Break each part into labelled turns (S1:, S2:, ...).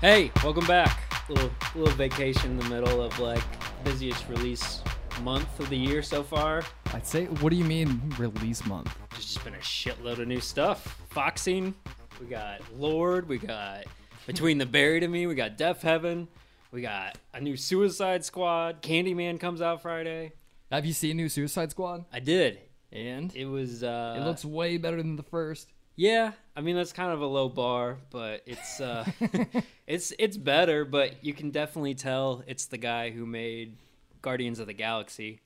S1: Hey, welcome back. Little little vacation in the middle of like busiest release month of the year so far.
S2: I'd say, what do you mean release month?
S1: There's just been a shitload of new stuff. Foxing, we got Lord, we got Between the Buried and Me, we got Deaf Heaven, we got a new Suicide Squad. Candyman comes out Friday.
S2: Have you seen New Suicide Squad?
S1: I did.
S2: And
S1: It was. uh
S2: it looks way better than the first.
S1: Yeah, I mean that's kind of a low bar, but it's uh it's it's better, but you can definitely tell it's the guy who made Guardians of the Galaxy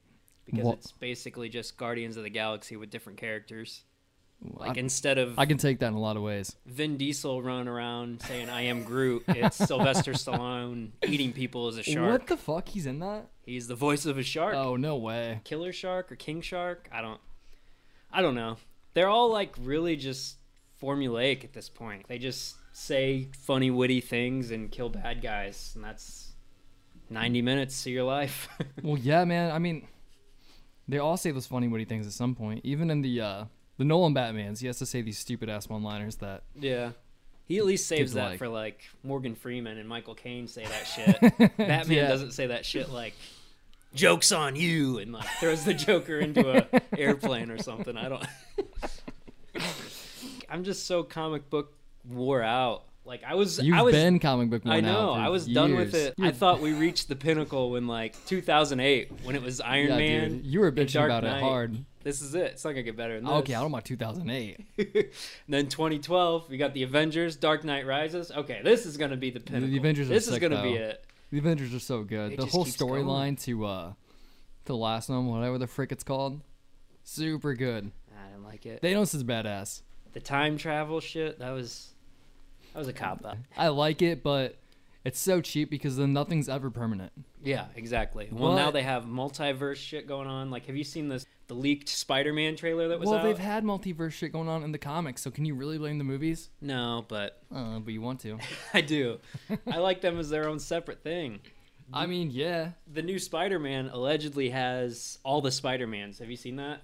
S1: because
S2: Wha-
S1: it's basically just Guardians of the Galaxy with different characters. Like
S2: I,
S1: instead of
S2: I can take that in a lot of ways.
S1: Vin Diesel running around saying I am Groot, it's Sylvester Stallone eating people as a shark.
S2: What the fuck? He's in that?
S1: He's the voice of a shark.
S2: Oh no way!
S1: Killer Shark or King Shark. I don't I don't know. They're all like really just formulaic at this point. They just say funny witty things and kill bad guys and that's 90 minutes of your life.
S2: Well, yeah, man. I mean, they all say those funny, witty things at some point. Even in the uh, the Nolan Batman's, he has to say these stupid ass one-liners that
S1: yeah. He at least saves
S2: Kids
S1: that
S2: like-
S1: for like Morgan Freeman and Michael Caine say that shit. Batman
S2: Yeah.
S1: doesn't say that shit like jokes on you and like throws the Joker into a airplane or something. I don't I'm just so comic book wore out. Like I was
S2: You've
S1: I was
S2: been comic book.
S1: I
S2: worn out
S1: know.
S2: for
S1: I was done with
S2: years.
S1: it. I
S2: You're-
S1: thought we reached the pinnacle when like 2008 when it was Iron
S2: yeah,
S1: Man.
S2: dude, you were
S1: and
S2: bitching
S1: Dark
S2: about
S1: Knight.
S2: it hard. Oh,
S1: This is it. It's not gonna get better than this.
S2: Okay, I don't know about 2008.
S1: and then 2012, we got the Avengers, Dark Knight Rises. Okay, this is gonna be the pinnacle.
S2: Avengers are
S1: This is
S2: sick,
S1: gonna be
S2: though.
S1: it.
S2: The Avengers are so good.
S1: It
S2: the
S1: just
S2: whole
S1: keeps going.
S2: storyline to uh the last one, whatever the frick it's called. Super good.
S1: I didn't like it.
S2: Thanos is badass.
S1: The time travel shit. That was that was a cop out.
S2: I like it, but it's so cheap because then nothing's ever permanent.
S1: Yeah, exactly. Well, now
S2: What?
S1: they have multiverse shit going on. Like, have you seen this the leaked Spider-Man trailer that was
S2: Well,
S1: out?
S2: they've had multiverse shit going on in the comics, so can you really blame the movies?
S1: no, but
S2: Uh, but you want to.
S1: I do. I like them as their own separate thing.
S2: I
S1: Mm.
S2: mean, yeah.
S1: The new Spider-Man allegedly has all the Spider-Mans. Have you seen that?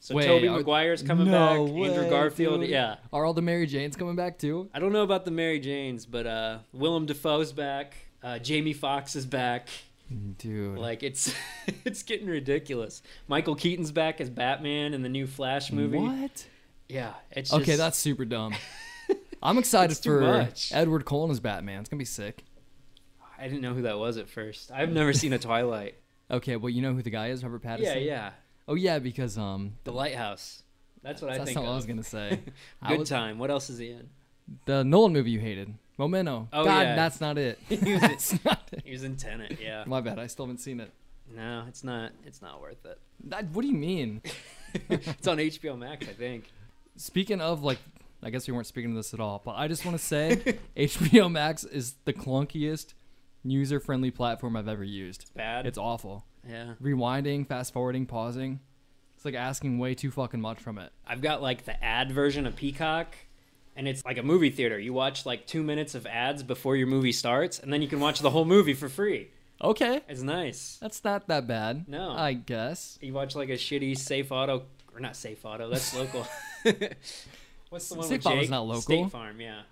S1: So
S2: Wait,
S1: Tobey
S2: are-
S1: Maguire's coming
S2: No
S1: back, Andrew
S2: way,
S1: Garfield,
S2: dude.
S1: yeah.
S2: Are all the Mary Janes coming back too?
S1: I don't know about the Mary Janes, but uh Willem Dafoe's back, uh Jamie Foxx is back.
S2: Dude.
S1: Like it's it's getting ridiculous. Michael Keaton's back as Batman in the new Flash movie.
S2: What?
S1: Yeah, it's just,
S2: Okay, that's super dumb. I'm excited
S1: It's too
S2: for
S1: much.
S2: Edward Cullen as Batman. It's gonna be sick.
S1: I didn't know who that was at first. I've never seen a Twilight.
S2: Okay, well, you know who the guy is, Robert Pattinson.
S1: yeah, yeah.
S2: Oh yeah, because um,
S1: The Lighthouse. That's what I
S2: that's
S1: think.
S2: not what
S1: of.
S2: I was gonna say. I
S1: Good
S2: was,
S1: time. What else is he in?
S2: the Nolan movie you hated, Momento.
S1: Oh,
S2: God,
S1: yeah.
S2: that's not it.
S1: He was-
S2: that's not it.
S1: He was in Tenet, yeah.
S2: My bad. I still haven't seen it.
S1: No, it's not it's not worth it.
S2: That, what do you mean?
S1: it's on HBO Max, I think.
S2: Speaking of like, I guess we weren't speaking of this at all, but I just want to say HBO Max is the clunkiest user-friendly platform I've ever used.
S1: Bad.
S2: It's awful.
S1: yeah.
S2: Rewinding, fast-forwarding, pausing. It's like asking way too fucking much from it.
S1: I've got like the ad version of Peacock and it's like a movie theater. You watch like 2 minutes of ads before your movie starts and then you can watch the whole movie for free.
S2: Okay,
S1: It's nice.
S2: that's not that bad.
S1: No.
S2: I guess.
S1: You watch like a shitty Safe Auto or not Safe Auto, that's local. What's the one
S2: Safe
S1: with
S2: Auto's
S1: Jake?
S2: not local.
S1: State Farm, yeah.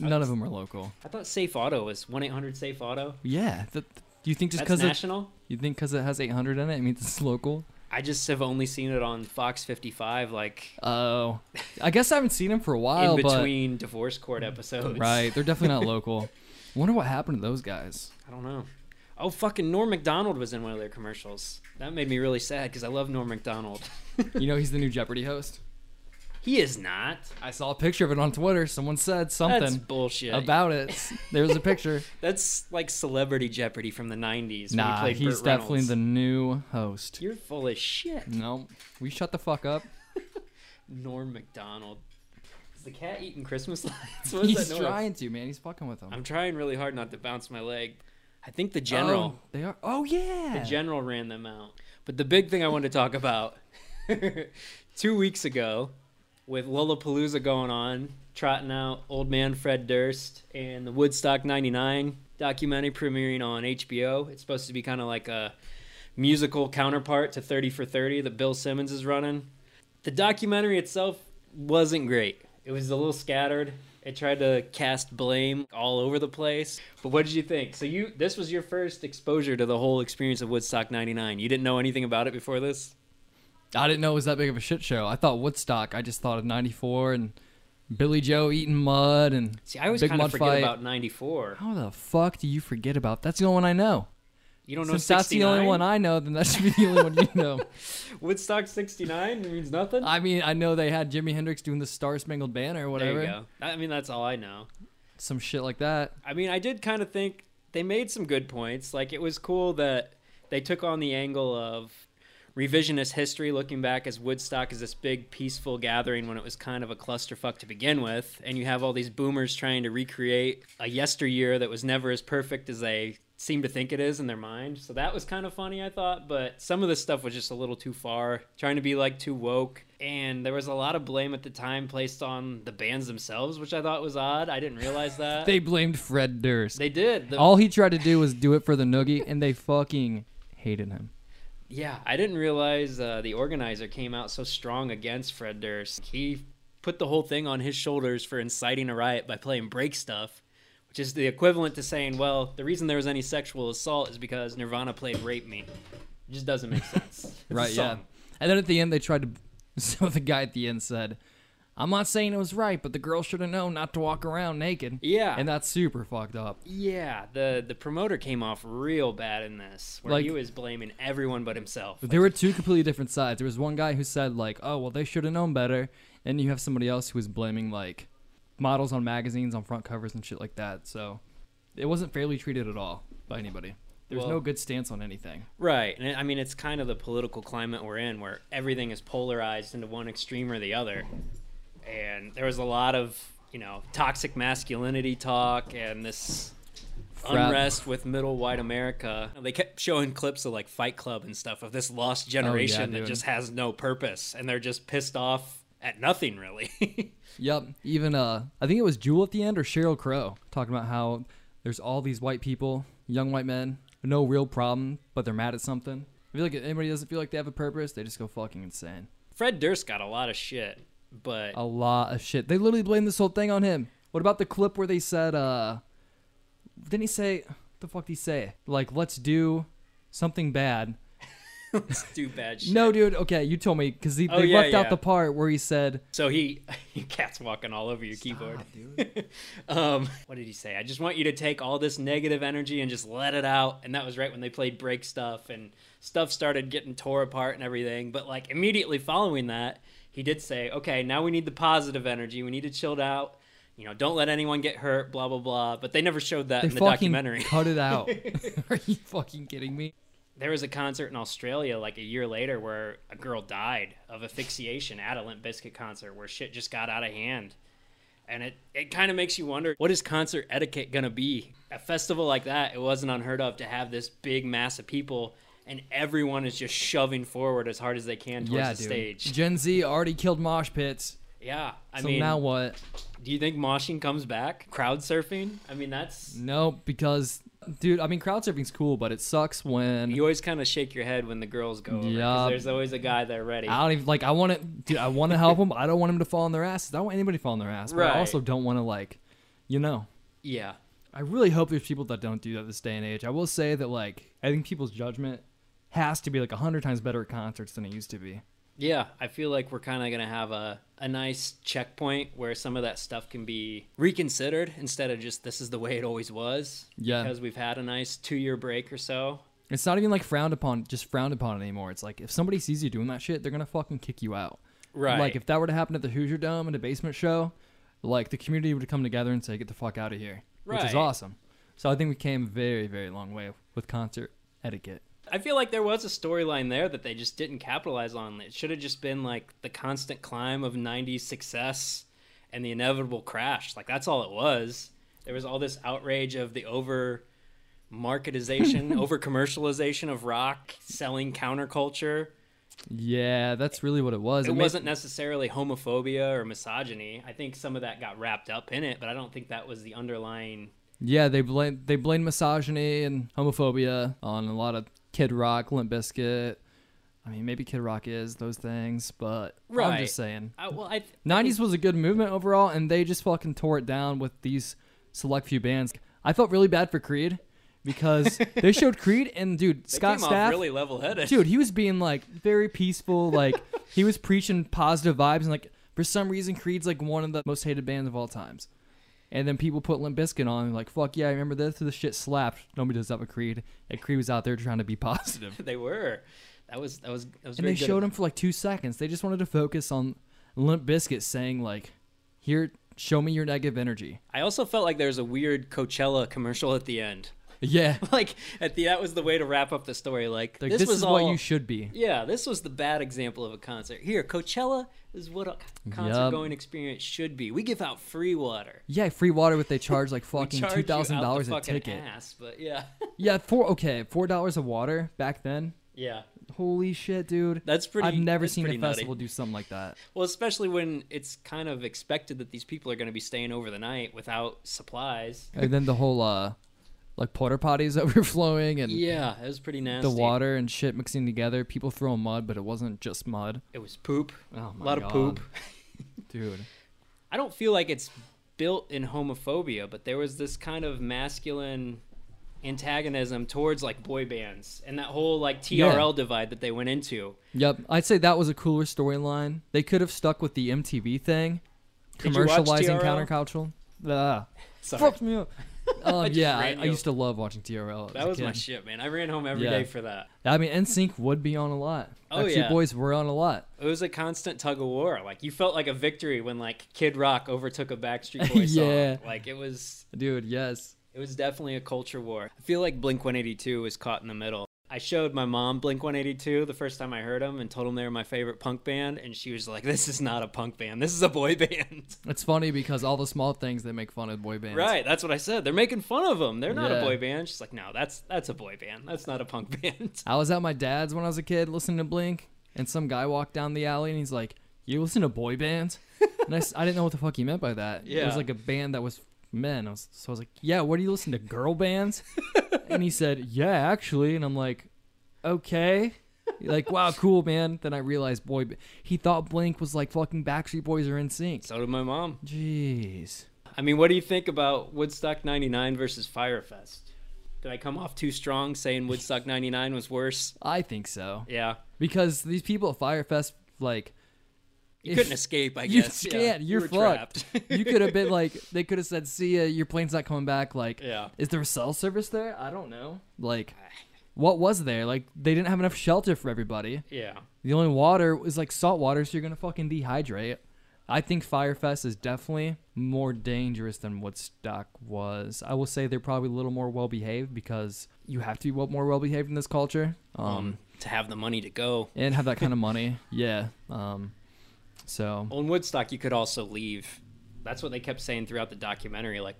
S2: None of them are local.
S1: I thought Safe Auto was 1 800 Safe Auto.
S2: Yeah. th- th- do you think just
S1: That's
S2: because it,
S1: national.
S2: you think 'cause it has 800 in it, it means it's local?
S1: I just have only seen it on Fox 55, like
S2: Oh, I guess I haven't seen him for a while.
S1: in between divorce court episodes.
S2: but Oh, right, they're definitely not local. Wonder what happened to those guys.
S1: I don't know. Oh, fucking Norm McDonald was in one of their commercials. That made me really sad because I love Norm McDonald.
S2: You know, he's the new Jeopardy host.
S1: he is not.
S2: I saw a picture of it on Twitter. Someone said
S1: That's
S2: something
S1: bullshit.
S2: about it. There was a picture.
S1: That's like celebrity Jeopardy from the 90s. when he
S2: nah,
S1: played
S2: he's
S1: Burt
S2: definitely
S1: Reynolds.
S2: the new host.
S1: You're full of shit.
S2: No, we shut the fuck up.
S1: Norm McDonald. Is the cat eating Christmas lights? What is
S2: he's
S1: that noise?
S2: trying to, man. He's fucking with them.
S1: I'm trying really hard not to bounce my leg. I think the general.
S2: Oh, they are. Oh yeah.
S1: The general ran them out. But the big thing I wanted to talk about two weeks ago with Lollapalooza going on, trotting out old man Fred Durst and the Woodstock 99 documentary premiering on HBO. It's supposed to be kind of like a musical counterpart to 30 for 30 that Bill Simmons is running. The documentary itself wasn't great. It was a little scattered. It tried to cast blame all over the place. But what did you think? So you this was your first exposure to the whole experience of Woodstock 99. You didn't know anything about it before this?
S2: I didn't know it was that big of a shit show. I thought Woodstock. I just thought of '94 and Billy Joe eating mud and
S1: See, I always
S2: big
S1: kind of
S2: mud
S1: forget
S2: fight.
S1: about 94.
S2: How the fuck do you forget about? That's the only one I know.
S1: You don't know
S2: Since that's the only
S1: 69?
S2: one I know, then that should be the only one you know.
S1: Woodstock 69 means nothing?
S2: I mean, I know they had Jimi Hendrix doing the Star Spangled Banner or whatever,
S1: There you go. I mean, that's all I know.
S2: some shit like that.
S1: I mean, I did kind of think they made some good points. Like it was cool that they took on the angle of revisionist history, looking back as Woodstock as this big peaceful gathering when it was kind of a clusterfuck to begin with, and you have all these boomers trying to recreate a yesteryear that was never as perfect as they seem to think it is in their mind. So that was kind of funny, I thought, but some of this stuff was just a little too far, trying to be like too woke. And there was a lot of blame at the time placed on the bands themselves, which I thought was odd. I didn't realize that.
S2: They blamed Fred Durst.
S1: Uh, They did. The,
S2: All he tried to do was do it for the noogie, and they fucking hated him.
S1: yeah, I didn't realize uh, the organizer came out so strong against Fred Durst. He put the whole thing on his shoulders for inciting a riot by playing break stuff, which is the equivalent to saying, well, the reason there was any sexual assault is because Nirvana played Rape Me. It just doesn't make sense. It's a
S2: Right, yeah.
S1: song.
S2: And then at the end, they tried to. So the guy at the end said, I'm not saying it was right, but the girl should have known not to walk around naked.
S1: Yeah.
S2: And that's super fucked up.
S1: Yeah, the, the promoter came off real bad in this, where
S2: Like-
S1: he was blaming everyone but himself.
S2: There were two completely different sides. There was one guy who said, like, oh, well, they should have known better. And you have somebody else who was blaming, like, models on magazines, on front covers, and shit like that. So it wasn't fairly treated at all by anybody. There was
S1: Well-
S2: no good stance on anything.
S1: Right. And I mean, it's kind of the political climate we're in where everything is polarized into one extreme or the other. And there was a lot of, you know, toxic masculinity talk and this
S2: Frat-
S1: unrest with middle white America. They kept showing clips of like Fight Club and stuff of this lost generation that
S2: Oh, dude.
S1: just has no purpose and they're just pissed off at nothing really.
S2: Yep. Even uh, I think it was Jewel at the end or Cheryl Crow talking about how there's all these white people, young white men, no real problem, but they're mad at something. I feel like if anybody doesn't feel like they have a purpose, they just go fucking insane.
S1: Fred Durst got a lot of shit, but
S2: A lot of shit. They literally blame this whole thing on him. What about the clip where they said, uh, didn't he say, what the fuck did he say? Like, let's do something bad.
S1: it's too bad shit.
S2: Oh. No, dude. Okay, you told me because they
S1: Oh, yeah,
S2: left out
S1: yeah.
S2: the part where he said,
S1: So he, your cat's walking all over your keyboard. um, what did he say? I just want you to take all this negative energy and just let it out. And that was right when they played break stuff and stuff started getting tore apart and everything. But like immediately following that, he did say, okay, now we need the positive energy. We need to chill out. You know, don't let anyone get hurt, blah, blah, blah. But they never showed that
S2: they
S1: in the
S2: fucking
S1: documentary.
S2: cut it out. Are you fucking kidding me?
S1: there was a concert in Australia like a year later where a girl died of asphyxiation at a Limp Bizkit concert where shit just got out of hand. And it, it kind of makes you wonder what is concert etiquette going to be? A festival like that, it wasn't unheard of to have this big mass of people and everyone is just shoving forward as hard as they can towards the stage.
S2: Gen Z already killed mosh pits.
S1: Yeah. I
S2: So
S1: mean,
S2: now what?
S1: do you think moshing comes back? Crowd surfing? I mean, that's.
S2: No, because dude, I mean crowd surfing's cool, but it sucks when
S1: You always kind of shake your head when the girls go over 'cause
S2: Yeah.
S1: there's always a guy there ready.
S2: I don't even like I want to dude, I want to help them. I don't want them to fall on their asses. I don't want anybody to fall on their ass, but
S1: Right.
S2: I also don't want to like, you know.
S1: Yeah.
S2: I really hope there's people that don't do that this day and age. I will say that like I think people's judgment has to be like 100 times better at concerts than it used to be.
S1: Yeah, I feel like we're kind of going to have a, a nice checkpoint where some of that stuff can be reconsidered instead of just this is the way it always was.
S2: Yeah.
S1: Because we've had a nice two year break or so.
S2: It's not even like frowned upon, just frowned upon anymore. It's like if somebody sees you doing that shit, they're going to fucking kick you out.
S1: Right.
S2: Like if that were to happen at the Hoosier Dome at a basement show, like the community would come together and say, "Get the fuck out of here," which
S1: Right.
S2: is awesome. So I think we came a very, very long way with concert etiquette.
S1: I feel like there was a storyline there that they just didn't capitalize on. It should have just been like the constant climb of 90s success and the inevitable crash. Like that's all it was. There was all this outrage of the over marketization, over commercialization of rock, selling counterculture.
S2: Yeah, that's really what it was.
S1: it
S2: made-
S1: wasn't necessarily homophobia or misogyny. I think some of that got wrapped up in it, but I don't think that was the underlying.
S2: Yeah, they blame they blame misogyny and homophobia on a lot of Kid Rock, Limp Bizkit. I mean, maybe Kid Rock is those things, but I'm
S1: Right.
S2: just saying.
S1: I, uh, well, I th-
S2: 90s was a good movement overall, and they just fucking tore it down with these select few bands. I felt really bad for Creed because they showed Creed, and dude,
S1: they
S2: Scott
S1: came off
S2: Staff,
S1: really level headed.
S2: dude, he was being like very peaceful, like he was preaching positive vibes, and like for some reason, Creed's like one of the most hated bands of all times. And then people put Limp Bizkit on, and like fuck yeah, I remember this. This shit slapped. Nobody does that with Creed, and Creed was out there trying to be positive.
S1: they were. That was that was that was.
S2: And
S1: very
S2: they
S1: good
S2: showed
S1: of
S2: him for like two seconds. They just wanted to focus on Limp Biscuit saying like, "Here, show me your negative energy."
S1: I also felt like there was a weird Coachella commercial at the end.
S2: Yeah,
S1: Like at the that was the way to wrap up the story. Like,
S2: like
S1: this,
S2: this,
S1: was
S2: is
S1: all,
S2: what you should be.
S1: Yeah, this was the bad example of a concert. Here, Coachella is what a concert going experience should be. We give out free water.
S2: Yeah, free water, but they charge like
S1: We
S2: fucking
S1: charge
S2: two
S1: you out
S2: thousand
S1: the
S2: dollars a
S1: fucking
S2: ticket.
S1: Ass, but yeah,
S2: Yeah, four okay, four dollars of water back then.
S1: yeah,
S2: Holy shit, dude!
S1: that's pretty.
S2: I've never
S1: that's
S2: seen a
S1: pretty nutty.
S2: festival do something like that.
S1: Well, especially when it's kind of expected that these people are going to be staying over the night without supplies.
S2: And then the whole uh, like porta potties overflowing and
S1: Yeah, that was pretty nasty.
S2: the water and shit mixing together. People throwing mud, but it wasn't just mud.
S1: It was poop.
S2: Oh my
S1: a lot
S2: God.
S1: of poop.
S2: dude.
S1: I don't feel like it's built in homophobia, but there was this kind of masculine antagonism towards like boy bands and that whole like TRL divide that they went into.
S2: Yep, I'd say that was a cooler storyline. They could have stuck with the MTV thing,
S1: Did you watch
S2: commercializing
S1: TRL?
S2: countercultural. Ah,
S1: Sorry.
S2: fucked me up. Um,
S1: just
S2: yeah, I,
S1: ran
S2: I
S1: you.
S2: used to love watching TRL. as
S1: That
S2: a
S1: was my
S2: kid.
S1: shit, man. I ran home every day
S2: Yeah.
S1: for that.
S2: I mean, NSYNC would be on a lot.
S1: Oh,
S2: Backstreet
S1: yeah.
S2: Boys were on a lot.
S1: It was a constant tug of war. Like you felt like a victory when like Kid Rock overtook a Backstreet Boy
S2: Yeah.
S1: song. Like it was
S2: Dude, yes.
S1: It was definitely a culture war. I feel like Blink 182 was caught in the middle. I showed my mom Blink 182 the first time I heard them and told them they were my favorite punk band. And she was like, This is not a punk band. This is a boy band.
S2: It's funny because all the small things they make fun of boy bands.
S1: Right. That's what I said. They're making fun of them. They're not a
S2: Yeah.
S1: boy band. She's like, No, that's that's a boy band. That's not a punk band.
S2: I was at my dad's when I was a kid listening to Blink, and some guy walked down the alley and he's like, "You listen to boy bands?" and I, s- I didn't know what the fuck he meant by that. It
S1: Yeah.
S2: was like a band that was men. I was, so I was like, "Yeah, what do you listen to? Girl bands?" and he said, "Yeah, actually." And I'm like, "Okay." Like, wow, cool, man. Then I realized, boy, ba- he thought Blink was like fucking Backstreet Boys or in sync.
S1: So did my mom.
S2: Jeez.
S1: I mean, what do you think about Woodstock 99 versus Firefest? Did I come off too strong saying Woodstock 99 was worse?
S2: I think so.
S1: Yeah.
S2: Because these people at Firefest, like,
S1: You
S2: If-
S1: couldn't escape, I
S2: you
S1: guess. Yeah.
S2: can't. You're
S1: were
S2: fucked.
S1: trapped.
S2: you could have been like, they could have said, "See ya, your plane's not coming back." Like,
S1: Yeah.
S2: is there a cell service there? I don't know. Like, what was there? Like, they didn't have enough shelter for everybody.
S1: Yeah.
S2: The only water was like salt water, so you're gonna fucking dehydrate. I think Firefest is definitely more dangerous than Woodstock was. I will say they're probably a little more well behaved because you have to be well, more well behaved in this culture. um,
S1: um, to have the money to go.
S2: and have that kind of money. Yeah. Um, so
S1: Well, in Woodstock, you could also leave. That's what they kept saying throughout the documentary. Like,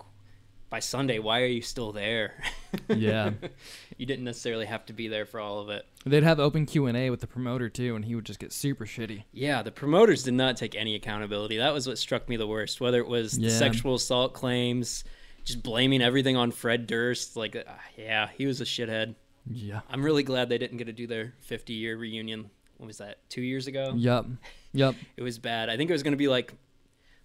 S1: by Sunday, why are you still there?
S2: yeah.
S1: you didn't necessarily have to be there for all of it.
S2: They'd have open Q and A with the promoter too, and he would just get super shitty.
S1: Yeah, the promoters did not take any accountability. That was what struck me the worst. Whether it was the
S2: Yeah.
S1: sexual assault claims, just blaming everything on Fred Durst. Like, uh, yeah, he was a shithead.
S2: Yeah.
S1: I'm really glad they didn't get to do their 50 year reunion. What was that? Two years ago?
S2: Yep. Yep.
S1: It was bad. I think it was going to be like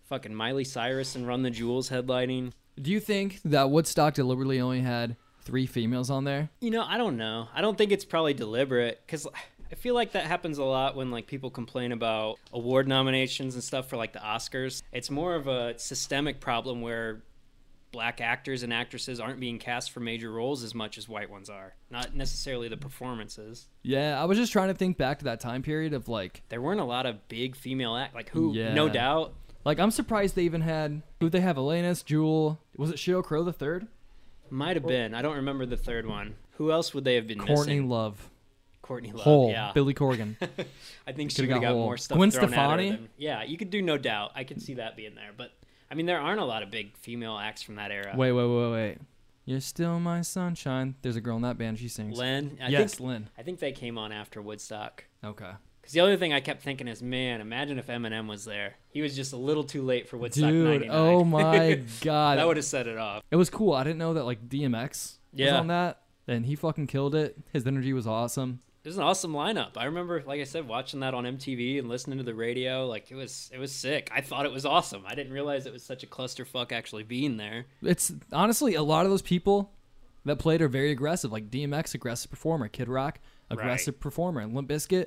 S1: fucking Miley Cyrus and Run the Jewels headlining.
S2: Do you think that Woodstock deliberately only had three females on there?
S1: You know, I don't know. I don't think it's probably deliberate because I feel like that happens a lot when like people complain about award nominations and stuff for like the Oscars. It's more of a systemic problem where black actors and actresses aren't being cast for major roles as much as white ones are. Not necessarily the performances.
S2: Yeah, I was just trying to think back to that time period of like,
S1: There weren't a lot of big female act like who,
S2: Yeah.
S1: no doubt.
S2: like I'm surprised they even had who they have Alanis, Jewel, was it Sheryl Crow the third,
S1: Might have been. I don't remember the third one. Who else would they have been
S2: Courtney
S1: missing?
S2: Love,
S1: Courtney Love.
S2: Hole,
S1: yeah.
S2: Billy Corgan.
S1: I think she
S2: Coulda got
S1: would have got,
S2: whole.
S1: more stuff
S2: Gwen
S1: thrown
S2: Stefani?
S1: at her. Than, yeah, you could do no doubt. I could see that being there, but I mean, there aren't a lot of big female acts from that era.
S2: wait, wait, wait, wait. You're still my sunshine. There's a girl in that band. She sings.
S1: Len, I
S2: yes,
S1: think
S2: Lynn.
S1: I think they came on after Woodstock.
S2: Okay.
S1: Because the other thing I kept thinking is, man, imagine if Eminem was there. He was just a little too late for Woodstock
S2: Dude,
S1: 99.
S2: oh my god.
S1: that would have set it off.
S2: It was cool. I didn't know that like DMX was
S1: Yeah.
S2: on that, and he fucking killed it. His energy was awesome.
S1: it was an awesome lineup. I remember, like I said, watching that on MTV and listening to the radio. Like it was, it was sick. I thought it was awesome. I didn't realize it was such a clusterfuck actually being there.
S2: It's honestly a lot of those people that played are very aggressive, like DMX, aggressive performer, Kid Rock, aggressive performer, and Limp Bizkit,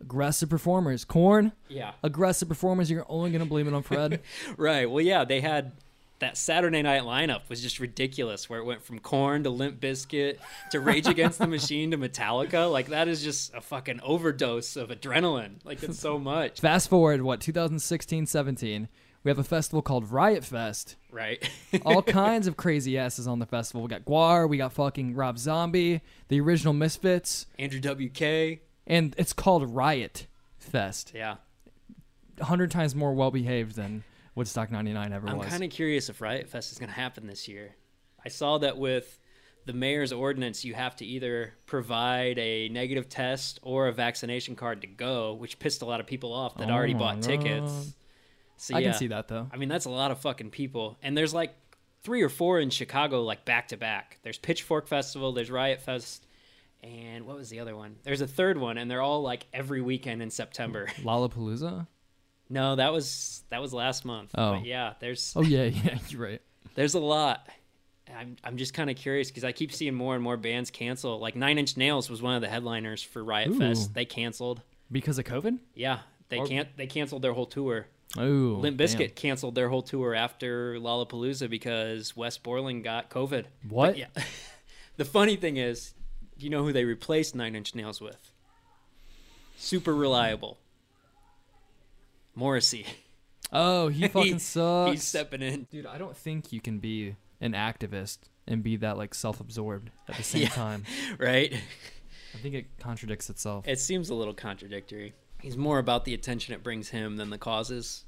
S2: aggressive performers, Corn,
S1: Yeah.
S2: aggressive performers. You're only gonna blame it on Fred.
S1: Right. Well, yeah, they had that Saturday night lineup was just ridiculous, where it went from Corn to Limp Biscuit to Rage Against the Machine to Metallica. Like that is just a fucking overdose of adrenaline. Like it's so much.
S2: Fast forward, what 2016, 17. We have a festival called Riot Fest.
S1: Right.
S2: All kinds of crazy asses on the festival. We got Guar, we got fucking Rob Zombie, the original Misfits,
S1: Andrew WK.
S2: and it's called Riot Fest.
S1: Yeah.
S2: A hundred times more well behaved than Woodstock '99 ever
S1: I'm
S2: was.
S1: kind of curious if Riot Fest is going to happen this year. I saw that with the mayor's ordinance, you have to either provide a negative test or a vaccination card to go, which pissed a lot of people off that
S2: Oh
S1: already
S2: my
S1: bought
S2: God.
S1: tickets. So,
S2: I
S1: yeah.
S2: can see that though.
S1: I mean, that's a lot of fucking people. And there's like three or four in Chicago, like back to back. There's Pitchfork Festival, there's Riot Fest, and what was the other one? There's a third one, and they're all like every weekend in September.
S2: Lollapalooza.
S1: no, that was that was last month.
S2: Oh.
S1: But yeah, there's
S2: Oh yeah, yeah, you're right.
S1: there's a lot. I'm I'm just kind of curious because I keep seeing more and more bands cancel. Like Nine Inch Nails was one of the headliners for Riot
S2: Ooh.
S1: Fest. They canceled.
S2: Because of COVID.
S1: Yeah, they
S2: Or-
S1: can't. They canceled their whole tour.
S2: Oh,
S1: Limp Biscuit canceled their whole tour after Lollapalooza because Wes Borland got COVID.
S2: What?
S1: Yeah. the funny thing is, you know who they replaced Nine Inch Nails with? Super reliable. Morrissey.
S2: Oh, he fucking
S1: He-
S2: sucks.
S1: He's stepping in.
S2: Dude, I don't think you can be an activist and be that like self-absorbed at the same
S1: Yeah.
S2: time.
S1: Right?
S2: I think it contradicts itself.
S1: It seems a little contradictory. He's more about the attention it brings him than the causes.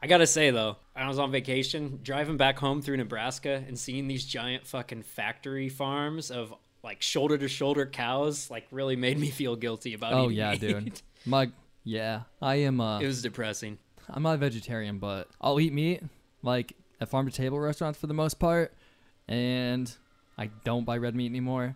S1: I gotta say though, I was on vacation, driving back home through Nebraska and seeing these giant fucking factory farms of like shoulder to shoulder cows, like really made me feel guilty about.
S2: oh
S1: eating
S2: yeah,
S1: meat.
S2: dude. My yeah, I am. Uh,
S1: it was depressing.
S2: I'm not a vegetarian, but I'll eat meat like at farm to table restaurants for the most part, and I don't buy red meat anymore,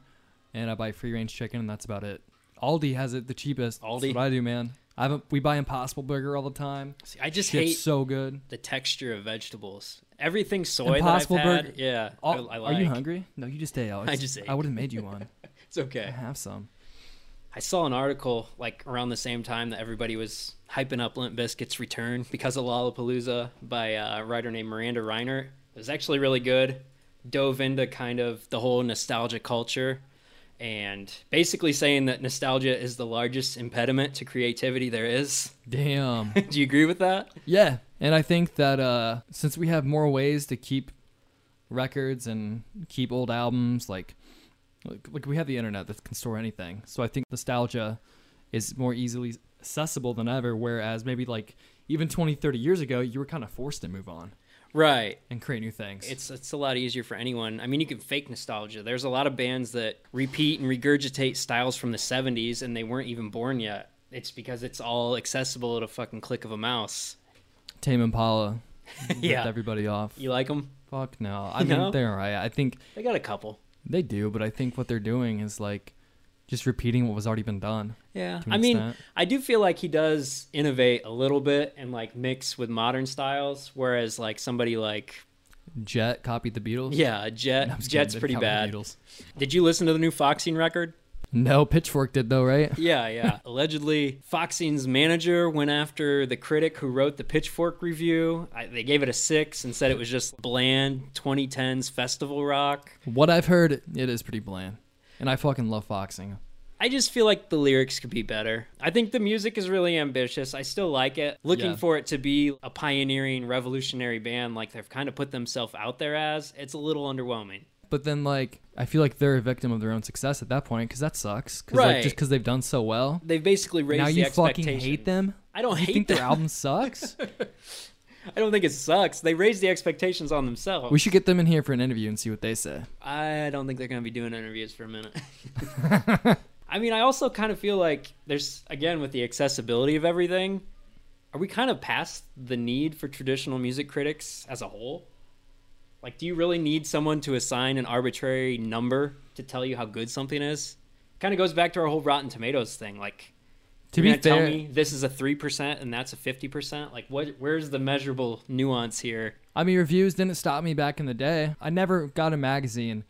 S2: and I buy free range chicken, and that's about it. Aldi has it the cheapest.
S1: Aldi.
S2: That's what I do, man. I haven't. We buy Impossible Burger all the time.
S1: See, I just
S2: Shit's
S1: hate
S2: so good.
S1: the texture of vegetables. Everything soy
S2: Impossible
S1: that I've
S2: burger.
S1: had, yeah,
S2: All-
S1: I, I like.
S2: Are you hungry? No, you just ate out.
S1: I
S2: It's-
S1: just ate.
S2: I would have made you one.
S1: It's okay.
S2: Have some.
S1: I saw an article like around the same time that everybody was hyping up Limp Bizkit's return because of Lollapalooza by uh, a writer named Miranda Reiner. It was actually really good. Dove into kind of the whole nostalgia culture and basically saying that nostalgia is the largest impediment to creativity there is.
S2: Damn.
S1: Do you agree with that?
S2: yeah, and I think that uh, since we have more ways to keep records and keep old albums, like, like like we have the internet that can store anything, so I think nostalgia is more easily accessible than ever. Whereas maybe like even 20, 30 years ago, you were kind of forced to move on
S1: Right.
S2: and create new things.
S1: It's it's a lot easier for anyone. I mean, you can fake nostalgia. There's a lot of bands that repeat and regurgitate styles from the 70s and they weren't even born yet. It's because it's all accessible at a fucking click of a mouse.
S2: Tame Impala ripped
S1: Yeah.
S2: everybody off.
S1: You like them?
S2: Fuck no. I mean
S1: No?
S2: they're alright. I think
S1: They got a couple.
S2: they do, but I think what they're doing is like just repeating what was already been done.
S1: Yeah.
S2: To an
S1: I mean,
S2: extent.
S1: I do feel like he does innovate a little bit and like mix with modern styles whereas like somebody like
S2: Jet copied the Beatles.
S1: yeah, Jet
S2: No, I'm just kidding,
S1: Jet's
S2: they
S1: pretty
S2: copied the
S1: bad.
S2: Beatles.
S1: Did you listen to the new Foxing record?
S2: No, Pitchfork did though, right?
S1: Yeah, yeah. Allegedly, Foxing's manager went after the critic who wrote the Pitchfork review. I, they gave it a six and said it was just bland 2010s festival rock.
S2: What I've heard, it is pretty bland, and I fucking love foxing.
S1: I just feel like the lyrics could be better. I think the music is really ambitious. I still like it. Looking
S2: Yeah.
S1: for it to be a pioneering, revolutionary band like they've kind of put themselves out there as, it's a little underwhelming.
S2: But then, like, I feel like they're a victim of their own success at that point because that sucks. 'Cause,
S1: Right.
S2: Like, just because they've done so well,
S1: They've basically raised
S2: now
S1: the
S2: you fucking
S1: expectation.
S2: hate them.
S1: I don't
S2: You
S1: hate
S2: think
S1: them.
S2: their album sucks?
S1: I don't think it sucks. They raised the expectations on themselves.
S2: we should get them in here for an interview and see what they say.
S1: I don't think they're going to be doing interviews for a minute. I mean, I also kind of feel like there's, again, with the accessibility of everything, are we kind of past the need for traditional music critics as a whole? Like, do you really need someone to assign an arbitrary number to tell you how good something is? Kind of goes back to our whole Rotten Tomatoes thing. Like,
S2: To
S1: you're
S2: be
S1: gonna
S2: fair,
S1: tell me this is a three percent and that's a fifty percent. Like, what? Where's the measurable nuance here?
S2: I mean, reviews didn't stop me back in the day. I never got a magazine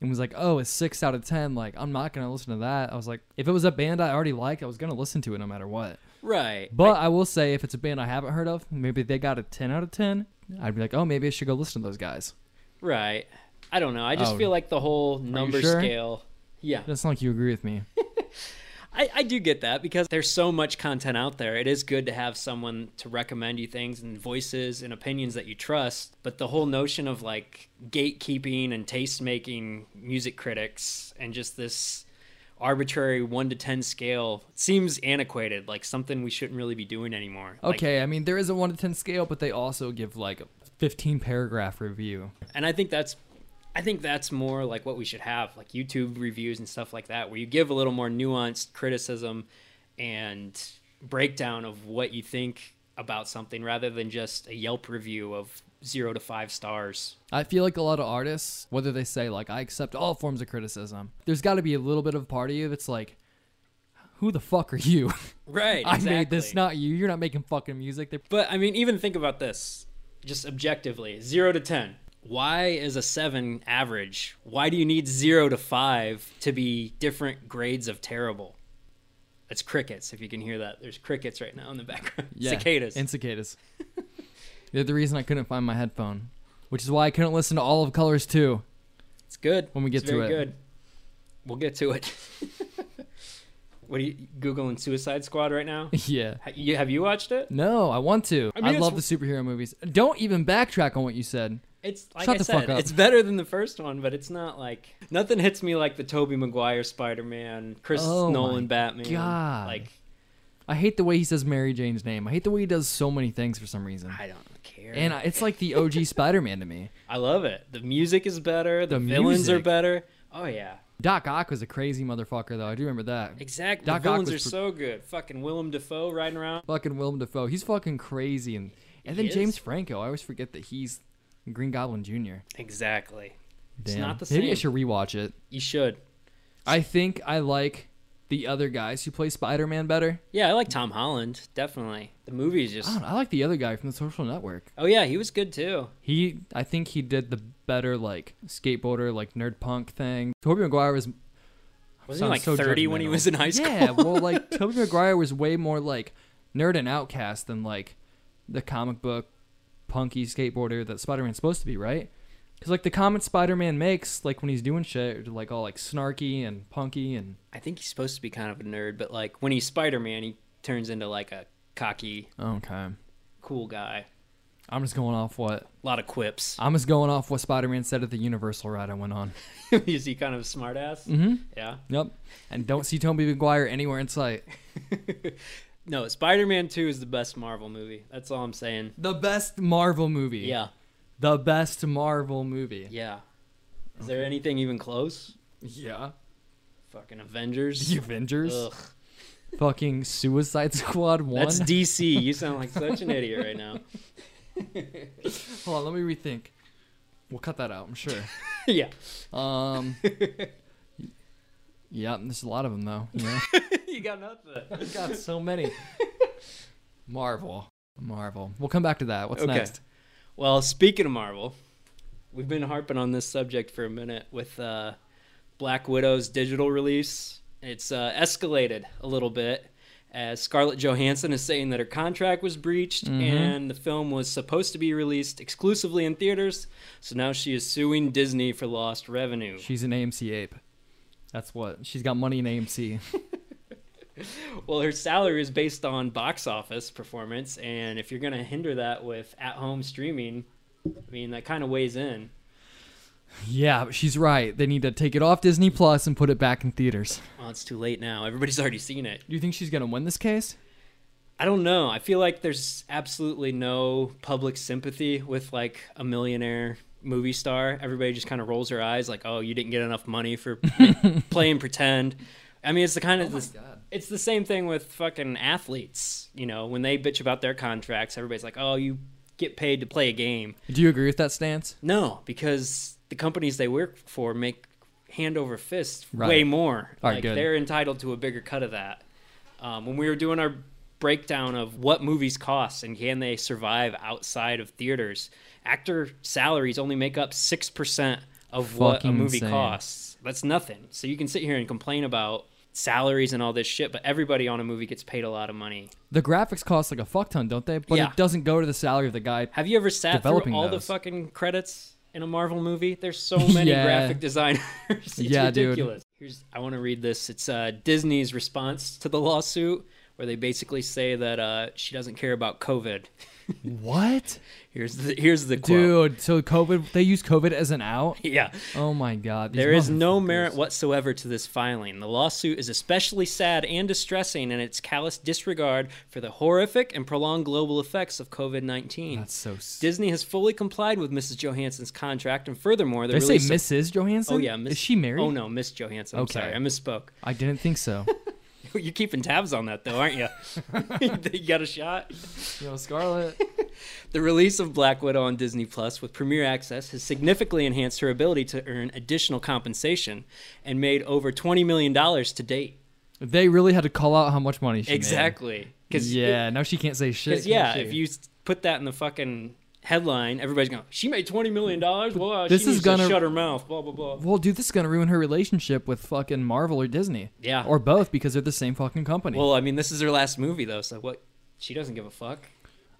S2: and was like, oh, it's six out of 10. Like, I'm not going to listen to that. I was like, if it was a band I already liked, I was going to listen to it no matter what.
S1: Right.
S2: But I will say, if it's a band I haven't heard of, maybe they got a 10 out of 10. I'd be like, oh, maybe I should go listen to those guys.
S1: Right. I don't know. I just
S2: Oh.
S1: feel like the whole number
S2: sure?
S1: scale. Yeah.
S2: It's not like you agree with me.
S1: I, I do get that because there's so much content out there. It is good to have someone to recommend you things and voices and opinions that you trust. But the whole notion of like gatekeeping and taste making music critics and just this arbitrary one to 10 scale seems antiquated, like something we shouldn't really be doing anymore. Like,
S2: Okay, I mean, there is a 1 to 10 scale, but they also give like a 15 paragraph review.
S1: and I think that's. I think that's more like what we should have, like YouTube reviews and stuff like that, where you give a little more nuanced criticism and breakdown of what you think about something rather than just a Yelp review of zero to five stars.
S2: I feel like a lot of artists, whether they say like I accept all forms of criticism, there's got to be a little bit of a part of you that's like, who the fuck are you?
S1: Right.
S2: I made this, not you. You're not making fucking music. They're,
S1: But I mean, even think about this just objectively zero to 10. Why is a seven average? Why do you need zero to five to be different grades of terrible? That's crickets, if you can hear that. There's crickets right now in the background. Cicadas.
S2: and cicadas. They're the reason I couldn't find my headphone, which is why I couldn't listen to all of Colors too.
S1: It's good.
S2: When we get
S1: it's
S2: to
S1: very
S2: it.
S1: good. We'll get to it. what are you googling Suicide Squad right now?
S2: yeah.
S1: Ha- you- Have you watched it?
S2: No, I want to.
S1: I
S2: I,
S1: mean, it's-
S2: love the superhero movies. Don't even backtrack on what you said.
S1: It's like
S2: Shut
S1: I
S2: the
S1: said,
S2: fuck up.
S1: it's better than the first one, but it's not like nothing hits me like the Toby Maguire Spider-Man, Chris
S2: Oh
S1: Nolan
S2: my
S1: Batman.
S2: God.
S1: Like
S2: I hate the way he says Mary Jane's name. I hate the way he does so many things for some reason.
S1: I don't care.
S2: And I- it's like the OG Spider-Man to me.
S1: I love it. The music is better. The,
S2: The
S1: villains are
S2: music.
S1: better. Oh yeah,
S2: Doc Ock was a crazy motherfucker, though. I do remember that.
S1: exactly.
S2: Doc
S1: the
S2: Ock
S1: villains are
S2: was pr-
S1: so good. Fucking Willem Dafoe riding around.
S2: Fucking Willem Dafoe. He's fucking crazy. And, and then
S1: He is.
S2: James Franco. I always forget that he's Green Goblin Jr. Damn.
S1: Exactly. It's not the same.
S2: Maybe I should rewatch it.
S1: You should.
S2: I think I like the other guys who play Spider Man better.
S1: Yeah, I like Tom Holland definitely. The movie is
S2: I
S1: just.
S2: don't know. I like the other guy from the social network.
S1: Oh yeah, he was good too.
S2: He, I think he did the better, like, skateboarder, like, nerd punk thing. Tobey Maguire was.
S1: Wasn't he
S2: sounds
S1: like
S2: so
S1: thirty when he
S2: judgmental.
S1: was in high school?
S2: Yeah, well, like, Tobey Maguire was way more, like, nerd and outcast than, like, the comic book punky skateboarder that Spider Man's supposed to be, right? Because, like, the comments Spider Man makes, like, when he's doing shit, are, like, all, like, snarky and punky and.
S1: I think he's supposed to be kind of a nerd, but like when he's Spider Man, he turns into like a cocky,
S2: Okay.
S1: cool guy.
S2: I'm just going off what
S1: A lot of quips.
S2: I'm just going off what Spider-Man said at the Universal ride I went on.
S1: Is he kind of a smart ass? Mm-hmm. Yeah.
S2: Yep. And don't see Tobey Maguire anywhere in sight.
S1: No, Spider Man 2 is the best Marvel movie. That's all I'm saying.
S2: The best Marvel movie.
S1: Yeah.
S2: The best Marvel movie.
S1: Yeah. Is there anything even close?
S2: Yeah.
S1: Fucking Avengers.
S2: The Avengers.
S1: Ugh.
S2: Fucking Suicide Squad 1.
S1: That's DC. You sound like such an idiot right now.
S2: Hold on, let me rethink. We'll cut that out, I'm sure.
S1: yeah.
S2: Um Yeah, there's a lot of them though. Yeah.
S1: you got nothing.
S2: got so many. Marvel. Marvel. We'll come back to that. What's
S1: Okay.
S2: next?
S1: Well, speaking of Marvel, we've been harping on this subject for a minute with uh, Black Widow's digital release. It's uh, escalated a little bit as Scarlett Johansson is saying that her contract was breached and the film was supposed to be released exclusively in theaters. So now she is suing Disney for lost revenue.
S2: She's an AMC ape. That's what. She's got money in AMC.
S1: Well, her salary is based on box office performance, and if you're going to hinder that with at home streaming, I mean, that kind of weighs in.
S2: Yeah, but she's right. They need to take it off Disney Plus and put it back in theaters.
S1: Well, it's too late now. Everybody's already seen it.
S2: Do you think she's gonna win this case?
S1: I don't know. I feel like there's absolutely no public sympathy with like a millionaire movie star. Everybody just kind of rolls their eyes like, "Oh, you didn't get enough money for playing pretend." I mean, it's the kind of this,
S2: Oh God.
S1: it's the same thing with fucking athletes, you know, when they bitch about their contracts, everybody's like, "Oh, you get paid to play a game."
S2: Do you agree with that stance?
S1: No, because the companies they work for make hand over fist
S2: Right.
S1: way more.
S2: All right,
S1: like
S2: good.
S1: they're entitled to a bigger cut of that. Um, when we were doing our breakdown of what movies cost and can they survive outside of theaters, actor salaries only make up six percent of what a
S2: Fucking
S1: movie
S2: insane.
S1: costs. That's nothing. So you can sit here and complain about salaries and all this shit, but everybody on a movie gets paid a lot of money.
S2: The graphics cost like a fuck ton, don't they? But
S1: Yeah.
S2: it doesn't go to the salary of the guy.
S1: Have you ever sat through
S2: Developing
S1: all the
S2: those.
S1: fucking credits in a Marvel movie? There's so many
S2: Yeah.
S1: graphic designers. it's
S2: Yeah, dude.
S1: ridiculous. Here's I want to read this. It's uh, Disney's response to the lawsuit, where they basically say that uh, she doesn't care about COVID.
S2: What?
S1: Here's the here's the quote.
S2: Dude, so COVID, they use COVID as an out?
S1: Yeah.
S2: Oh my God. these
S1: There is no
S2: motherfuckers.
S1: merit whatsoever to this filing. The lawsuit is especially sad and distressing in its callous disregard for the horrific and prolonged global effects of COVID 19.
S2: That's so. s-
S1: Disney has fully complied with Mrs. Johansson's contract, and furthermore, the
S2: Did I say
S1: release of-
S2: Mrs. Johansson?
S1: Oh yeah, Miss,
S2: Is she married?
S1: Oh no, Miss Johansson. I'm
S2: Okay.
S1: sorry, I misspoke.
S2: I didn't think so.
S1: You're keeping tabs on that though, aren't you? you got a shot.
S2: Yo, Scarlett.
S1: The release of Black Widow on Disney Plus with premiere access has significantly enhanced her ability to earn additional compensation and made over twenty million dollars to date.
S2: They really had to call out how much money she made.
S1: Exactly. Because
S2: yeah, now she can't say shit.
S1: Because yeah,
S2: can
S1: if
S2: she?
S1: you s- put that in the fucking headline, everybody's going, "She made twenty million dollars." Well,
S2: This
S1: she
S2: is
S1: needs
S2: gonna-
S1: to shut her mouth. Blah blah blah.
S2: well, dude, this is gonna ruin her relationship with fucking Marvel or Disney.
S1: Yeah.
S2: or both because they're the same fucking company.
S1: Well, I mean, this is her last movie though, so what? She doesn't give a fuck.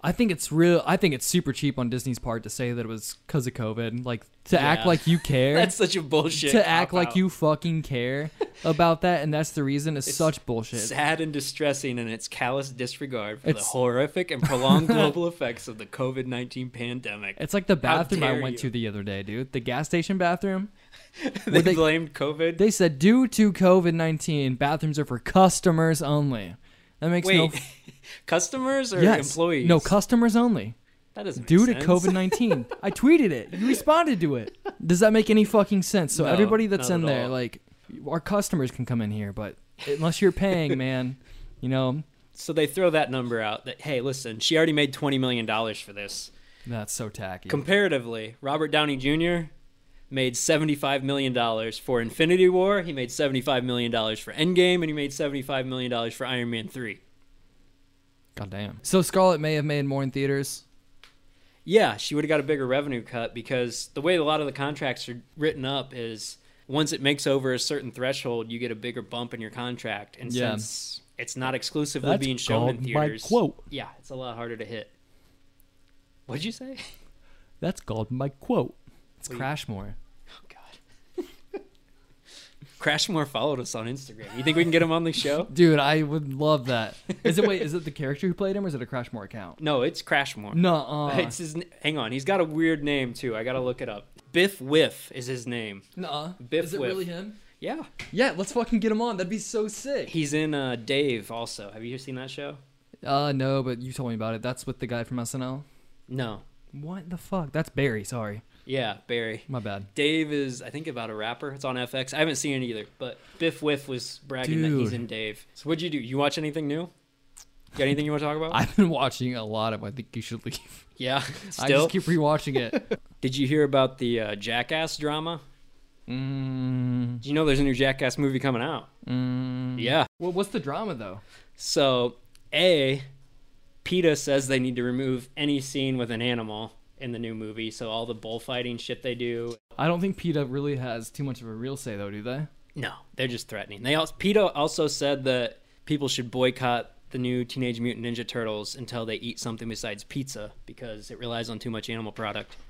S2: I think it's real. I think it's super cheap on Disney's part to say that it was because of COVID. Like to
S1: Yeah.
S2: act like you care,
S1: That's such a bullshit.
S2: to act
S1: cop-out.
S2: like you fucking care about that, and that's the reason is such bullshit.
S1: Sad and distressing in its callous disregard for the
S2: It's-
S1: horrific and prolonged global effects of the COVID 19 pandemic.
S2: It's like the bathroom I
S1: dare
S2: went
S1: you.
S2: to the other day, dude. The gas station bathroom.
S1: they,
S2: they-
S1: blamed COVID.
S2: They said due to COVID nineteen, bathrooms are for customers only. That makes
S1: Wait,
S2: no f-
S1: customers or
S2: yes,
S1: employees?
S2: No, customers only.
S1: that doesn't
S2: Due
S1: make
S2: to
S1: sense.
S2: COVID nineteen, I tweeted it. You responded to it. Does that make any fucking sense? So
S1: No,
S2: everybody that's
S1: not
S2: in
S1: at
S2: there,
S1: all.
S2: like, our customers can come in here, but unless you're paying, man, you know,
S1: So they throw that number out that, hey, listen, she already made $20 million for this.
S2: that's so tacky.
S1: Comparatively, Robert Downey Jr. made $75 million for Infinity War, he made $75 million for Endgame, and he made $75 million for Iron Man 3.
S2: God damn. So Scarlett may have made more in theaters.
S1: Yeah, she would have got a bigger revenue cut because the way a lot of the contracts are written up is once it makes over a certain threshold, you get a bigger bump in your contract. And
S2: Yeah.
S1: since it's not exclusively being shown in theaters, yeah, it's a lot harder to hit. What'd you say?
S2: That's called my quote. It's
S1: Wait.
S2: Crashmore.
S1: Oh God. Crashmore followed us on Instagram. You think we can get him on the show?
S2: Dude, I would love that. Is it wait? Is it the character who played him, or is it a Crashmore account?
S1: No, it's Crashmore.
S2: No,
S1: It's his, n- hang on, he's got a weird name too. I gotta look it up. Biff Whiff is his name.
S2: no.
S1: Biff
S2: Is it
S1: Whiff.
S2: really him?
S1: Yeah,
S2: Yeah, let's fucking get him on. That'd be so sick.
S1: he's in uh, Dave also. Have you seen that show?
S2: Uh, no, but you told me about it. That's with the guy from SNL.
S1: No.
S2: What the fuck? That's Barry. Sorry,
S1: Yeah, Barry.
S2: my bad.
S1: Dave is, I think, about a rapper. It's on FX. I haven't seen it either, but Biff Whiff was bragging that he's
S2: Dude.
S1: in Dave. So what'd you do? You watch anything new? Got anything you want to talk about?
S2: I've been watching a lot of. I think you should leave.
S1: yeah.
S2: I
S1: Still.
S2: just keep rewatching it.
S1: Did you hear about the uh, Jackass drama?
S2: mm,
S1: Do you know there's a new Jackass movie coming out?
S2: mm.
S1: Yeah.
S2: Well, what's the drama though?
S1: So, A, PETA says they need to remove any scene with an animal in the new movie. So all the bullfighting shit they do.
S2: I don't think PETA really has too much of a real say though, do they?
S1: No, they're just threatening. They also, PETA also said that people should boycott the new Teenage Mutant Ninja Turtles until they eat something besides pizza because it relies on too much animal product.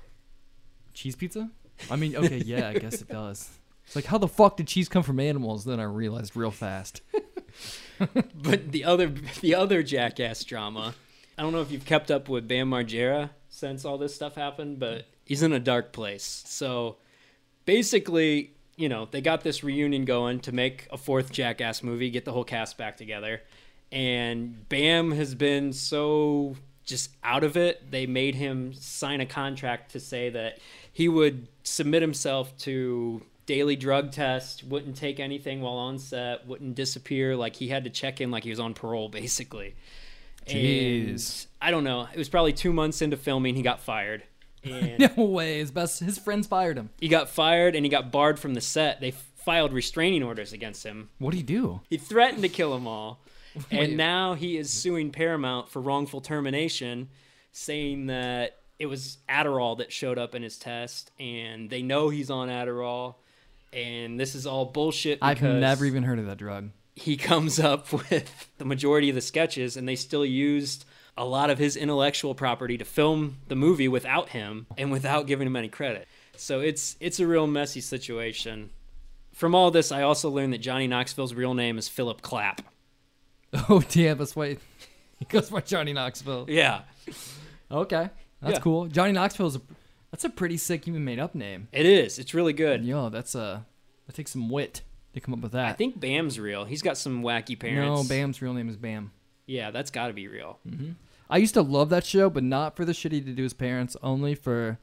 S2: Cheese pizza? I mean, okay, yeah, I guess it does. It's like how the fuck did cheese come from animals? Then I realized real fast.
S1: But the other the other jackass drama, I don't know if you've kept up with Bam Margera since all this stuff happened, but he's in a dark place. So basically, you know, they got this reunion going to make a fourth jackass movie, get the whole cast back together. And Bam has been so just out of it, they made him sign a contract to say that he would submit himself to daily drug tests, wouldn't take anything while on set, wouldn't disappear. Like he had to check in like he was on parole, basically.
S2: Jeez.
S1: And I don't know. It was probably two months into filming, he got fired. And
S2: No way. His best, his friends fired him.
S1: he got fired and he got barred from the set. They filed restraining orders against him.
S2: What do you do?
S1: He threatened to kill them all.
S2: Wait.
S1: And now he is suing Paramount for wrongful termination, saying that it was Adderall that showed up in his test and they know he's on Adderall. And this is all bullshit.
S2: I've
S1: because-
S2: never even heard of that drug.
S1: he comes up with the majority of the sketches and they still used a lot of his intellectual property to film the movie without him and without giving him any credit. So it's it's a real messy situation. From all this, I also learned that Johnny Knoxville's real name is Philip Clapp.
S2: Oh damn, that's why he goes by Johnny Knoxville.
S1: Yeah,
S2: Okay, that's
S1: Yeah.
S2: cool. Johnny Knoxville's a, that's a pretty sick even made up name.
S1: it is. It's really good.
S2: Yo, that's a that takes some wit to come up with that.
S1: I think Bam's real. He's got some wacky parents.
S2: no, Bam's real name is Bam.
S1: Yeah, that's got to be real.
S2: I used to love that show, but not for the shit he did to his parents, only for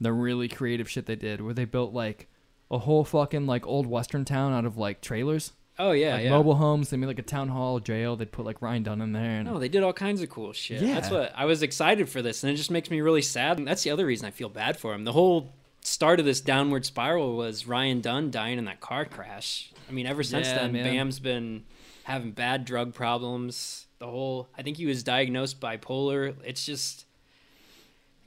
S2: the really creative shit they did, where they built like a whole fucking like old western town out of like trailers,
S1: Oh yeah,
S2: like
S1: yeah.
S2: mobile homes. They made like a town hall, jail. They put like Ryan Dunn in there, and
S1: No, they did all kinds of cool shit.
S2: Yeah.
S1: That's what I was excited for this, and it just makes me really sad. And that's the other reason I feel bad for him. The whole start of this downward spiral was Ryan Dunn dying in that car crash. I mean, ever since
S2: Yeah,
S1: then,
S2: man.
S1: Bam's been having bad drug problems. The whole I think he was diagnosed bipolar. It's just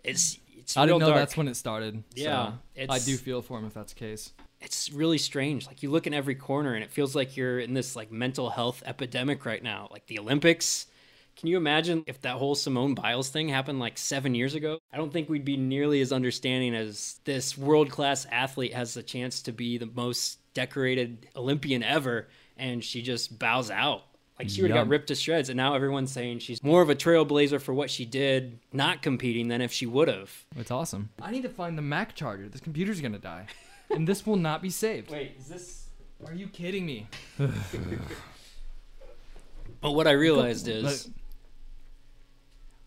S1: it's it's
S2: I
S1: real
S2: didn't know
S1: dark.
S2: that's when it started.
S1: Yeah,
S2: so I
S1: it's-
S2: do feel for him if that's the case.
S1: it's really strange. Like you look in every corner and it feels like you're in this like mental health epidemic right now, like the Olympics. Can you imagine if that whole Simone Biles thing happened like seven years ago? I don't think we'd be nearly as understanding as this world class athlete has the chance to be the most decorated Olympian ever, and she just bows out. Like she would have
S2: Yum.
S1: got ripped to shreds, and now everyone's saying she's more of a trailblazer for what she did not competing than if she would have.
S2: It's awesome. I need to find the Mac charger. This computer's gonna die, and this will not be saved.
S1: Wait, is this?
S2: Are you kidding me?
S1: But what I realized is.
S2: Like,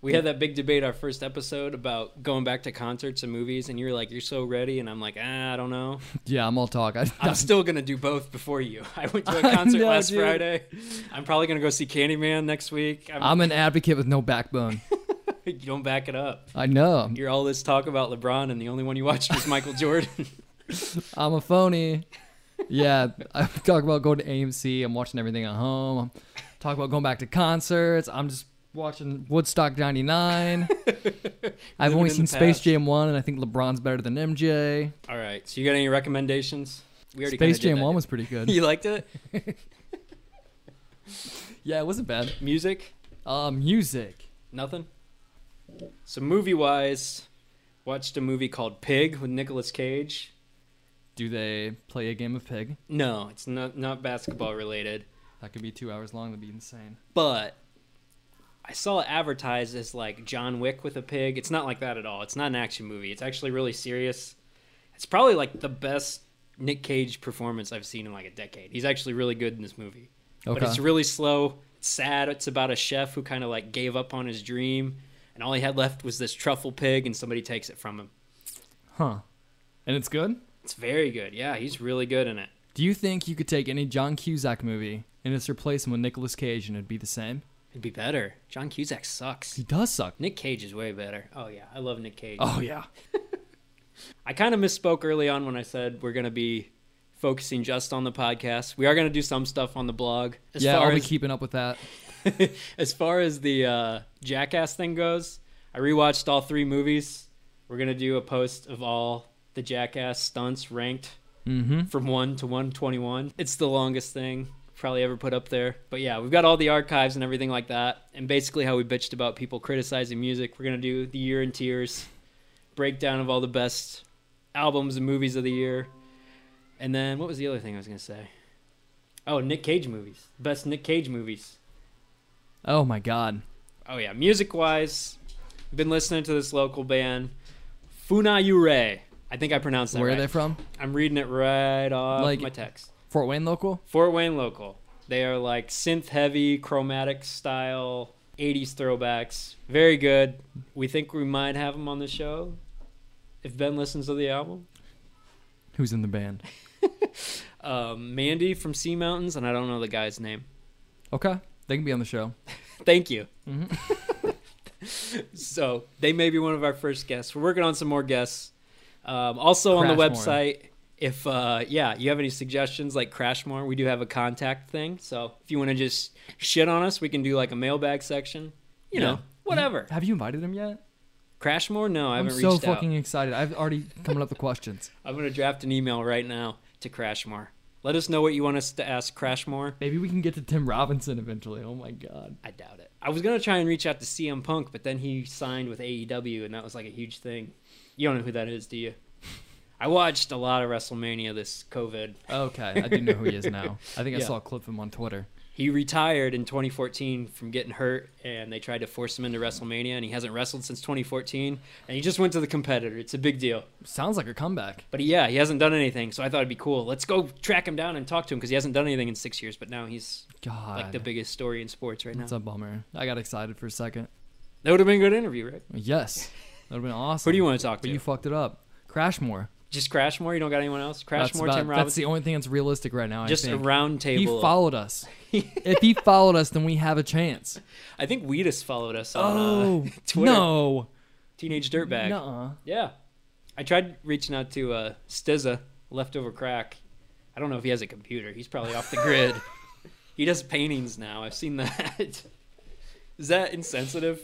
S1: We had that big debate our first episode about going back to concerts and movies, and you were like, "You're so ready," and I'm like, ah, "I don't know.
S2: yeah, I'm all talk. I,
S1: I'm still gonna do both before you. I went to a
S2: I
S1: concert
S2: know,
S1: last
S2: dude.
S1: Friday. I'm probably gonna go see Candyman next week. I'm,
S2: I'm an advocate with no backbone.
S1: you don't back it up.
S2: I know.
S1: You're all this talk about LeBron, and the only one you watched was Michael Jordan.
S2: I'm a phony. Yeah, I talk about going to AMC. I'm watching everything at home. I'm talk about going back to concerts. I'm just watching Woodstock '99. I've
S1: Living
S2: only
S1: in
S2: seen
S1: the
S2: Space
S1: past.
S2: Jam One, and I think LeBron's better than MJ.
S1: all right, so you got any recommendations? We already
S2: Space
S1: kinda did
S2: Jam
S1: that.
S2: One was pretty good.
S1: You liked it?
S2: yeah, it wasn't bad.
S1: Music?
S2: Uh, music.
S1: Nothing. So movie wise, watched a movie called Pig with Nicolas Cage.
S2: Do they play a game of pig?
S1: No, it's not not basketball related.
S2: That could be two hours long. That'd be insane.
S1: But I saw it advertised as like John Wick with a pig. It's not like that at all. It's not an action movie. It's actually really serious. It's probably like the best Nick Cage performance I've seen in like a decade. He's actually really good in this movie. But
S2: Okay.
S1: it's really slow, it's sad. It's about a chef who kind of like gave up on his dream and all he had left was this truffle pig and somebody takes it from him.
S2: Huh. And it's good?
S1: It's very good. Yeah, he's really good in it.
S2: Do you think you could take any John Cusack movie and just replace him with Nicolas Cage and it'd be the same?
S1: It'd be better. John Cusack sucks.
S2: He does suck.
S1: Nick Cage is way better. Oh yeah, I love Nick Cage.
S2: Oh, yeah.
S1: I kind of misspoke early on when I said we're gonna be focusing just on the podcast. We are gonna do some stuff on the blog. As
S2: yeah,
S1: far
S2: I'll be
S1: as,
S2: keeping up with that.
S1: as far as the uh, Jackass thing goes, I rewatched all three movies. We're gonna do a post of all the Jackass stunts ranked
S2: Mm-hmm.
S1: from one to one twenty one. It's the longest thing probably ever put up there. But yeah, we've got all the archives and everything like that. And basically how we bitched about people criticizing music. We're gonna do the year in tears, breakdown of all the best albums and movies of the year. And then what was the other thing I was gonna say? Oh, Nick Cage movies. Best Nick Cage movies.
S2: Oh, my God.
S1: Oh yeah, music wise, been listening to this local band, Funayure. I think I pronounced that
S2: Where
S1: right.
S2: are they from?
S1: I'm reading it right off
S2: Like-
S1: my text.
S2: Fort Wayne local?
S1: Fort Wayne local. They are like synth heavy, chromatic style, 80s throwbacks. Very good. We think we might have them on the show if Ben listens to the album.
S2: Who's in the band?
S1: Um, Mandy from Sea Mountains, and I don't know the guy's name.
S2: Okay. They can be on the show.
S1: Thank you.
S2: Mhm.
S1: so they may be one of our first guests. We're working on some more guests. Um, also on the
S2: Crash more.
S1: website, if uh, yeah, you have any suggestions like Crashmore, we do have a contact thing. So if you want to just shit on us, we can do like a mailbag section.
S2: Yeah.
S1: You know, whatever.
S2: Have you invited him yet?
S1: Crashmore? No, I
S2: I'm
S1: haven't
S2: so
S1: reached out.
S2: fucking excited. I've already coming up with questions.
S1: I'm gonna draft an email right now to Crashmore. Let us know what you want us to ask Crashmore.
S2: Maybe we can get to Tim Robinson eventually. Oh my god.
S1: I doubt it. I was gonna try and reach out to CM Punk, but then he signed with AEW, and that was like a huge thing. You don't know who that is, do you? I watched a lot of WrestleMania this COVID.
S2: Okay, I do know who he is now. I think I
S1: Yeah.
S2: saw a clip of him on Twitter.
S1: He retired in 2014 from getting hurt, and they tried to force him into WrestleMania, and he hasn't wrestled since 2014. And he just went to the competitor. It's a big deal.
S2: Sounds like a comeback.
S1: But yeah, he hasn't done anything, so I thought it'd be cool. Let's go track him down and talk to him because he hasn't done anything in six years. But now he's
S2: God,
S1: like the biggest story in sports right now.
S2: Uh, that's a bummer. I got excited for a second.
S1: That would have been a good interview, right?
S2: Yes, that would have been awesome.
S1: Who do you want to talk to?
S2: But you fucked it up. Crashmore.
S1: Just Crashmore? You don't got anyone else?
S2: That's
S1: Crashmore,
S2: about-
S1: Tim
S2: That's
S1: Robinson?
S2: the only thing that's realistic right now.
S1: Just
S2: I
S1: a
S2: think.
S1: round
S2: He
S1: table.
S2: followed us. if he followed us, then we have a chance.
S1: I think Weedus followed us on
S2: Oh
S1: uh, Twitter.
S2: no,
S1: Teenage Dirtbag.
S2: Nuh-uh.
S1: Yeah. I tried reaching out to uh, Stizza, Leftover Crack. I don't know if he has a computer. He's probably off the grid. He does paintings now. I've seen that. Is that insensitive?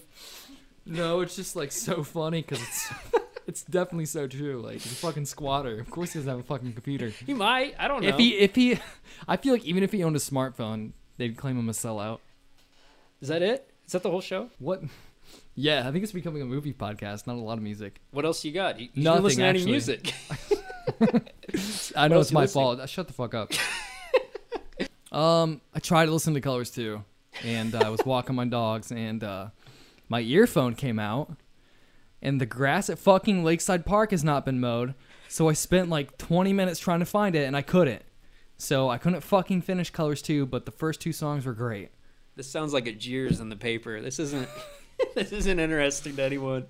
S2: No, it's just like so funny because it's it's definitely so true. Like he's a fucking squatter. Of course he doesn't have a fucking computer.
S1: He might. I don't know.
S2: If he if he, I feel like even if he owned a smartphone, they'd claim him a sellout.
S1: Is that it? Is that the whole show?
S2: What? Yeah, I think it's becoming a movie podcast, not a lot of music.
S1: What else you got? You, you
S2: Nothing,
S1: didn't listen to
S2: actually.
S1: any music.
S2: I know
S1: else
S2: it's
S1: you
S2: my
S1: listening?
S2: fault. Shut the fuck up. um, I tried to listen to Colors too, and uh, I was walking my dogs, and uh, my earphone came out, and the grass at fucking Lakeside Park has not been mowed, so I spent like 20 minutes trying to find it, and I couldn't. So I couldn't fucking finish Colors too, but the first two songs were great.
S1: This sounds like a jeers in the paper. This isn't this isn't interesting to anyone.